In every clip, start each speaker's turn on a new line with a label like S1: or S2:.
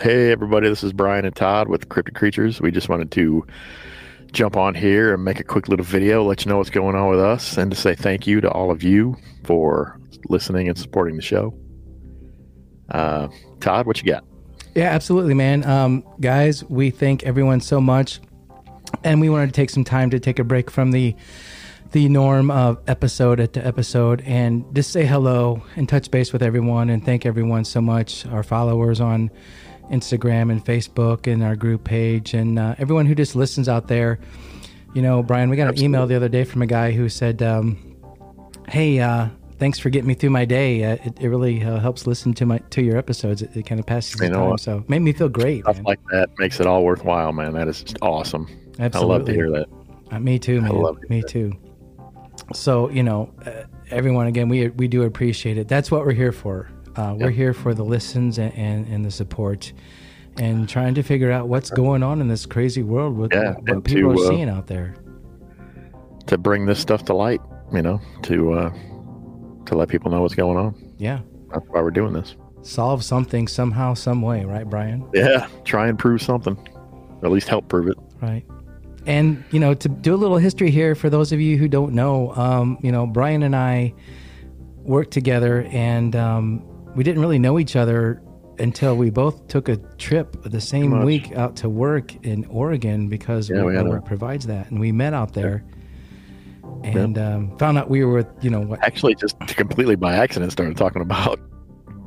S1: Hey, everybody, this is Brian and Todd with Cryptid Creatures. We just wanted to jump on here and make a quick little video, let you know what's going on with us, and to say thank you to all of you for listening and supporting the show. Uh, Todd, what you got?
S2: Yeah, absolutely, man. Um, guys, we thank everyone so much, and we wanted to take some time to take a break from the the norm of episode to episode and just say hello and touch base with everyone and thank everyone so much. Our followers on Instagram and Facebook and our group page and uh, everyone who just listens out there. You know, Brian, we got an email the other day from a guy who said, um, "Hey, uh, thanks for getting me through my day. Uh, it, it really uh, helps listen to my to your episodes. It, it kind of passes the
S1: You know
S2: time,
S1: what?
S2: so it made me feel great.
S1: Stuff
S2: man.
S1: like that makes it all worthwhile, man. That is just awesome. I love to
S2: Absolutely.
S1: hear that.
S2: Uh, me too, man.
S1: love it.
S2: me too. So you know, uh, everyone again, we we do appreciate it. That's what we're here for. Uh, We're here for the listens and, and, and the support, and trying to figure out what's going on in this crazy world with
S1: Yeah,
S2: what,
S1: and
S2: people
S1: to,
S2: are
S1: uh,
S2: seeing out there.
S1: To bring this stuff to light, you know, to uh, to let people know what's going on.
S2: Yeah,
S1: That's why we're doing this.
S2: solve something somehow, some way, right, Brian?
S1: Yeah, try and prove something, or at least help prove it.
S2: Right. And, you know, to do a little history here for those of you who don't know, um, you know, Brian and I worked together and um, we didn't really know each other until we both took a trip the same
S1: much.
S2: week out to work in Oregon because
S1: Yeah, we had a-
S2: work provides that. And we met out there and um, found out we were with, you know, what,
S1: actually just completely by accident started talking about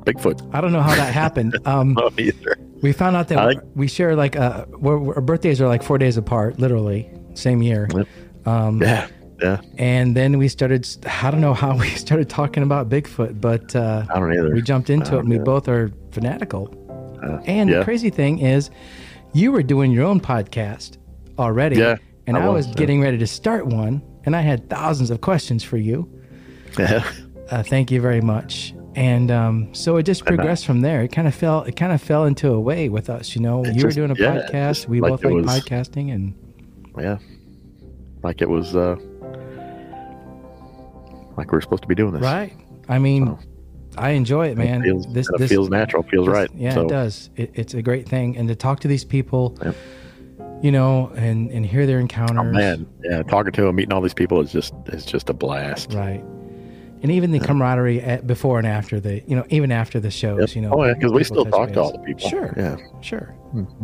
S1: Bigfoot.
S2: I don't know how that happened. Um,
S1: No, either.
S2: we found out that
S1: I-
S2: we share like, uh, we're, our birthdays are like four days apart, literally, same year. Um,
S1: Yeah, yeah.
S2: and then we started i don't know how we started talking about bigfoot but uh,
S1: I don't either.
S2: we jumped into it and we
S1: know.
S2: both are fanatical and the
S1: Uh, yeah.
S2: crazy thing is you were doing your own podcast already
S1: Yeah,
S2: and i,
S1: I was,
S2: was,
S1: yeah.
S2: getting ready to start one and i had thousands of questions for you
S1: Yeah,
S2: uh, thank you very much and um, so it just progressed from there it kind of fell it kind of fell into a way with us you know you
S1: just-
S2: were doing a
S1: yeah,
S2: podcast
S1: just
S2: we
S1: like
S2: both
S1: it
S2: like
S1: was-
S2: podcasting and
S1: yeah. Like it was, uh, like we were supposed to be doing this.
S2: right i mean i enjoy it man
S1: It feels,
S2: this
S1: and it
S2: this
S1: feels natural. Feels right.
S2: Yeah,
S1: so,
S2: it does. It, it's a great thing, and to talk to these people,
S1: Yep.
S2: you know, and and hear their encounters.
S1: Oh man, yeah. Talking to him, meeting all these people is just it's just a blast.
S2: Right. And even the camaraderie at, before and after the, you know, even after the shows,
S1: Yep.
S2: you know.
S1: oh yeah, because we
S2: people
S1: still
S2: touch
S1: talk to
S2: base.
S1: all the people.
S2: Sure.
S1: Yeah,
S2: Sure.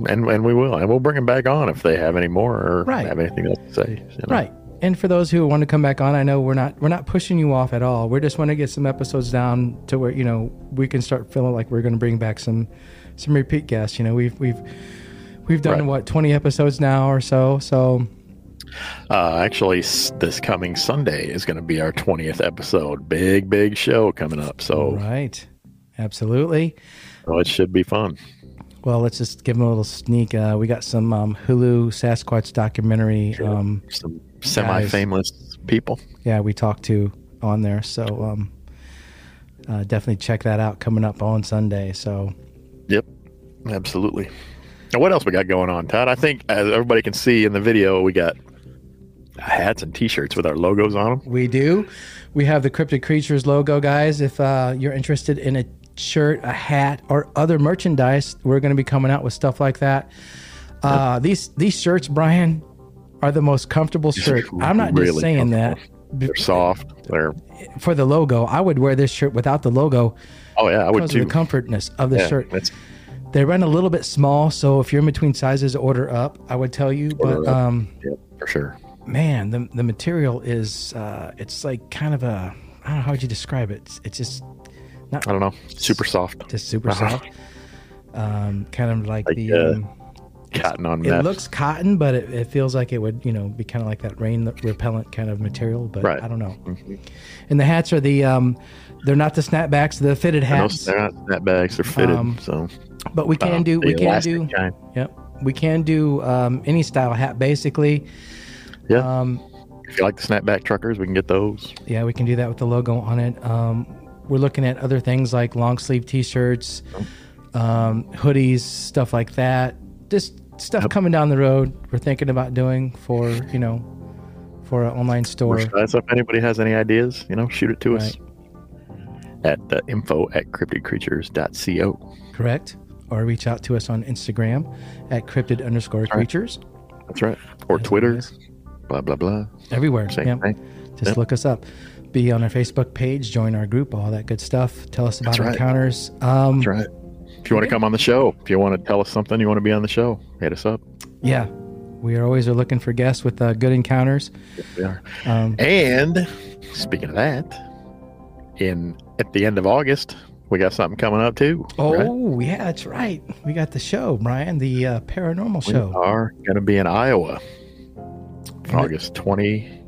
S1: and and we will, and we'll bring them back on if they have any more or
S2: Right.
S1: have anything else to say. you know.
S2: Right. And for those who want to come back on, I know we're not we're not pushing you off at all. We just want to get some episodes down to where you know we can start feeling like we're going to bring back some some repeat guests. You know, we've we've we've done
S1: Right.
S2: what twenty episodes now or so. So
S1: Uh, actually, s- this coming Sunday is going to be our 20th episode. Big, big show coming up. So
S2: right, absolutely.
S1: so it should be fun.
S2: Well, let's just give them a little sneak. Uh, we got some um, Hulu Sasquatch documentary. Um,
S1: Some semi famous people.
S2: yeah, we talked to on there, so um, uh, definitely check that out. Coming up on Sunday. So
S1: Yep. Absolutely. Now, what else we got going on, Todd? I think, as everybody can see in the video, we got hats and t shirts with our logos on them.
S2: we do. We have the Cryptid Creatures logo, guys. If uh, you're interested in a shirt, a hat, or other merchandise, we're going to be coming out with stuff like that. Uh, These these shirts, Brian, are the most comfortable shirt. I'm not just
S1: really
S2: saying that.
S1: They're soft. They're,
S2: For the logo, I would wear this shirt without the logo.
S1: oh, yeah, I would
S2: because of
S1: too.
S2: the comfortness of the
S1: Yeah,
S2: shirt.
S1: that's-
S2: They run a little bit small, so if you're in between sizes, order up. I would tell you, but
S1: up.
S2: um,
S1: yeah, for sure.
S2: man, the the material is uh, it's like kind of a I don't know how would you describe it. It's, it's just
S1: I don't know. Super soft.
S2: just super soft, um, kind of like,
S1: Like,
S2: the
S1: uh,
S2: um,
S1: cotton on
S2: It
S1: meth.
S2: looks cotton, but it, it feels like it would, you know, be kind of like that rain repellent kind of material. But
S1: Right. Mm-hmm.
S2: I don't know. And the hats are the, um, they're not the snapbacks, the fitted
S1: No,
S2: hats.
S1: they're not snapbacks; they're fitted.
S2: Um,
S1: so
S2: But we can
S1: um,
S2: do, we
S1: the
S2: can
S1: elastic
S2: do,
S1: kind.
S2: yep, we can do um, any style hat basically.
S1: Yeah.
S2: Um,
S1: if you like the snapback truckers, we can get those.
S2: Yeah, we can do that with the logo on it. Um, we're looking at other things like long sleeve T-shirts, um, hoodies, stuff like that. Just stuff coming down the road. We're thinking about doing for you know, for an online store.
S1: Merchandise. If anybody has any ideas, you know, shoot it to us
S2: Right.
S1: at uh, info at cryptidcreatures.co.
S2: Correct. Or reach out to us on Instagram at cryptid underscore creatures.
S1: That's right. Or Twitter. Blah blah blah.
S2: Everywhere.
S1: Same
S2: yeah.
S1: thing.
S2: Just
S1: Yep.
S2: look us up. Be on our Facebook page, join our group, all that good stuff. Tell us about
S1: That's right.
S2: encounters. Um,
S1: That's right. If you want to come on the show, if you want to tell us something, you want to be on the show, hit us up.
S2: Yeah. We are always are looking for guests with uh, good encounters.
S1: We are.
S2: Um,
S1: And speaking of that, in at the end of August, we got something coming up too. right?
S2: Oh yeah, that's right. We got the show, Brian, the uh, paranormal
S1: we
S2: show.
S1: are going to be in Iowa, August twenty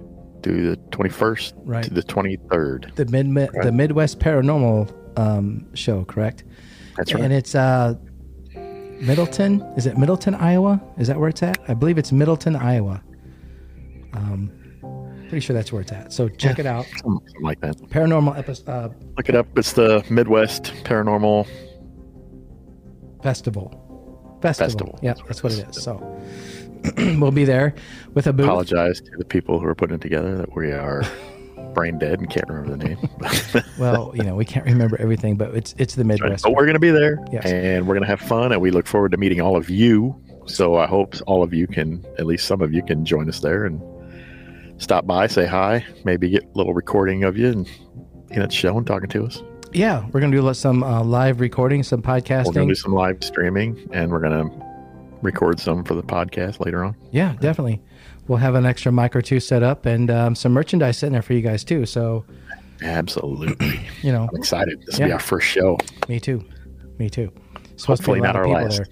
S1: through the twenty first
S2: Right.
S1: to the twenty third.
S2: The mid the Midwest Paranormal um, show, correct?
S1: That's
S2: And
S1: right.
S2: it's uh, Middleton. Is it Middleton, Iowa? Is that where it's at? I believe it's Middleton, Iowa. Um, pretty sure that's where it's at. So check it out.
S1: Something something like that.
S2: Paranormal episode uh,
S1: Look it up. It's the Midwest Paranormal
S2: festival. Festival.
S1: Festival.
S2: Yeah, that's what it is. So we'll be there with a booth.
S1: apologize to the people who are putting it together that we are brain dead and can't remember the name.
S2: Well, you know, we can't remember everything, but it's it's the Midwest.
S1: but we're going to be there
S2: Yes.
S1: and we're going to have fun and we look forward to meeting all of you. So I hope all of you can, at least some of you can join us there and stop by, say hi, maybe get a little recording of you and in that show and talking to us.
S2: Yeah, we're gonna do lo- some uh, live recording, some
S1: We're going to
S2: podcasting.
S1: do some live streaming and we're going to record some for the podcast later on.
S2: yeah, definitely. We'll have an extra mic or two set up and um, some merchandise sitting there for you guys too. So
S1: Absolutely.
S2: you know,
S1: I'm excited. This will be
S2: Yeah.
S1: our first show.
S2: me too, me too. It's supposed
S1: Hopefully
S2: to be a lot
S1: not
S2: of
S1: our
S2: people
S1: last.
S2: there.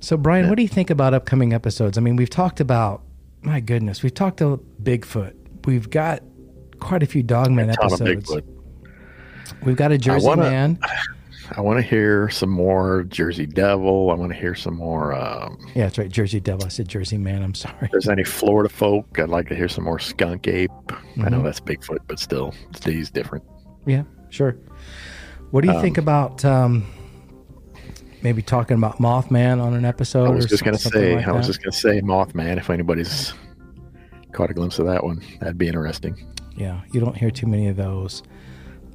S2: So Brian, what do you think about upcoming episodes? I mean, we've talked about my goodness, we've talked to Bigfoot. We've got quite a few Dogman
S1: Ton of
S2: episodes.
S1: Bigfoot.
S2: We've got a Jersey
S1: wanna-
S2: Man.
S1: I want to hear some more Jersey Devil. I want to hear some more. Um,
S2: Yeah, that's right, Jersey Devil. I said Jersey Man. I'm sorry.
S1: if there's any Florida folk, I'd like to hear some more Skunk Ape. I
S2: Mm-hmm.
S1: know that's Bigfoot, but still, today's different.
S2: Yeah, sure. What do you think about um, maybe talking about Mothman on an episode?
S1: I was
S2: or
S1: just gonna
S2: something
S1: say,
S2: like
S1: I was
S2: that?
S1: just gonna say Mothman. If anybody's caught a glimpse of that one, that'd be interesting.
S2: yeah, you don't hear too many of those.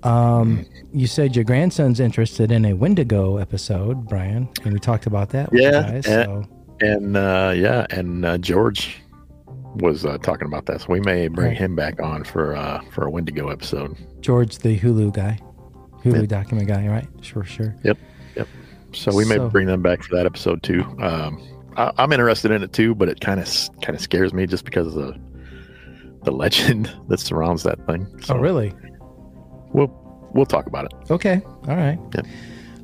S2: Um, you said your grandson's interested in a Wendigo episode, Brian, and we talked about that. with you
S1: Yeah,
S2: guys,
S1: eh.
S2: so
S1: And uh, yeah, and uh, George was uh, talking about that, so we may bring
S2: Right.
S1: him back on for uh, for a Wendigo episode.
S2: George, the Hulu guy, Hulu document guy, right? Sure, sure. Oh,
S1: Yep. Yep. So we may
S2: So-
S1: bring them back for that episode too. Um, I, I'm interested in it too, but it kind of kind of scares me just because of the the legend that surrounds that thing. So
S2: Oh, really?
S1: we'll we'll talk about it.
S2: Okay, all right.
S1: Yep.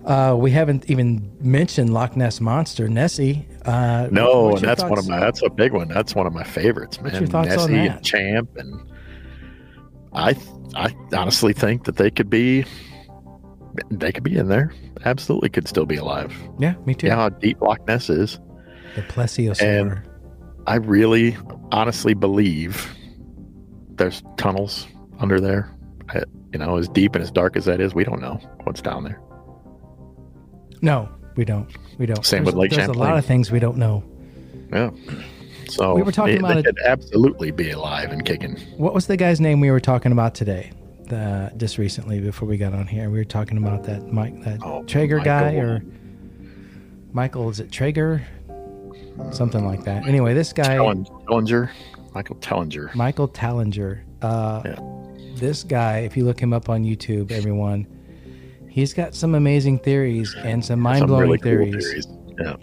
S2: Uh, we haven't even mentioned Loch Ness monster Nessie. Uh,
S1: No,
S2: what's
S1: and
S2: your
S1: that's one
S2: thoughts?
S1: of my that's a big one. That's one of my favorites, man.
S2: your thoughts on
S1: Nessie
S2: that?
S1: and Champ and I I honestly think that they could be they could be in there. Absolutely could still be alive.
S2: Yeah, me too.
S1: You know how deep Loch Ness is.
S2: The plesiosaur.
S1: I really honestly believe there's tunnels under there. I, you know, as deep and as dark as that is, we don't know what's down there.
S2: No, we don't. We don't.
S1: Same
S2: there's,
S1: with Lake
S2: There's a lot
S1: Champlain.
S2: of things we don't know.
S1: Yeah. So
S2: We were talking
S1: they,
S2: about
S1: they
S2: it-
S1: could absolutely be alive and kicking.
S2: What was the guy's name we were talking about today? The, just recently, before we got on here, we were talking about that Mike, that
S1: Oh,
S2: Traeger guy,
S1: Michael.
S2: or Michael. Is it Traeger? Something like that. Anyway, this guy,
S1: Tellen- Tellinger, Michael Tellinger.
S2: Michael Tallinger. Uh,
S1: Yeah.
S2: This guy, if you look him up on YouTube, everyone, he's got some amazing theories and some mind
S1: Some
S2: blowing
S1: really
S2: theories.
S1: cool theories.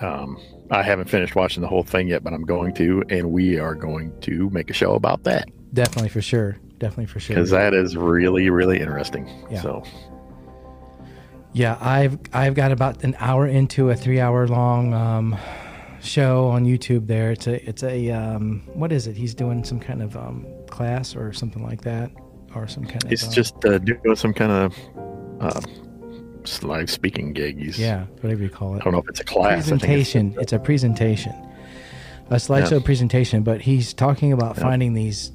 S1: Yeah. Um, I haven't finished watching the whole thing yet, but I'm going to, and we are going to make a show about that
S2: Definitely for sure. Definitely for sure.
S1: because that is really, really interesting.
S2: Mm-hmm. Yeah.
S1: So
S2: Yeah, I've I've got about an hour into a three hour long um, show on YouTube. There, it's a it's a um, what is it? He's doing some kind of um, class or something like that, or some kind of.
S1: It's
S2: uh,
S1: just uh, doing some kind of uh, s- live speaking gig. He's,
S2: yeah, whatever you call it.
S1: I don't know if it's a class. Oh, I think it's-
S2: presentation. It's a presentation, a slideshow presentation. But he's talking about finding these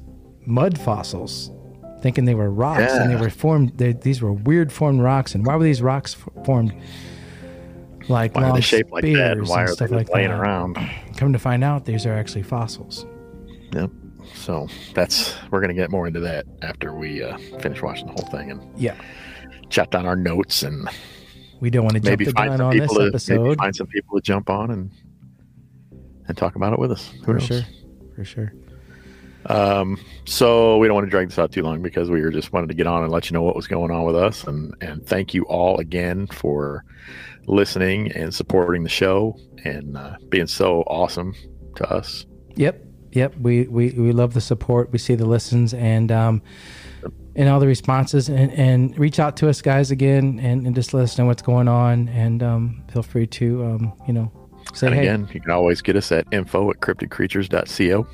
S2: mud fossils, thinking they were rocks and they
S1: Yeah.
S2: were formed. They, these were weird formed rocks, and why were these rocks f- formed? Like
S1: why
S2: long
S1: are they shaped like that? And
S2: spears
S1: why
S2: and
S1: are they
S2: stuff
S1: just
S2: like
S1: laying
S2: that.
S1: around?
S2: Come to find out, these are actually fossils.
S1: Yep. So that's we're gonna get more into that after we uh, finish watching the whole thing and
S2: Yeah,
S1: jot down our notes and
S2: we don't want to jump
S1: maybe
S2: the
S1: find
S2: gun
S1: some
S2: on this
S1: people to maybe
S2: episode
S1: find some people to jump on and and talk about it with us. Who
S2: for
S1: knows?
S2: sure, for sure.
S1: Um, so we don't want to drag this out too long because we were just wanted to get on and let you know what was going on with us and and thank you all again for listening and supporting the show and uh, being so awesome to us.
S2: Yep, yep. We, we we love the support. We see the listens and um, and all the responses. And, and reach out to us, guys, again, and, and just let us know what's going on. And um, feel free to um, you know say
S1: And
S2: hey,
S1: again, you can always get us at info at cryptidcreatures.co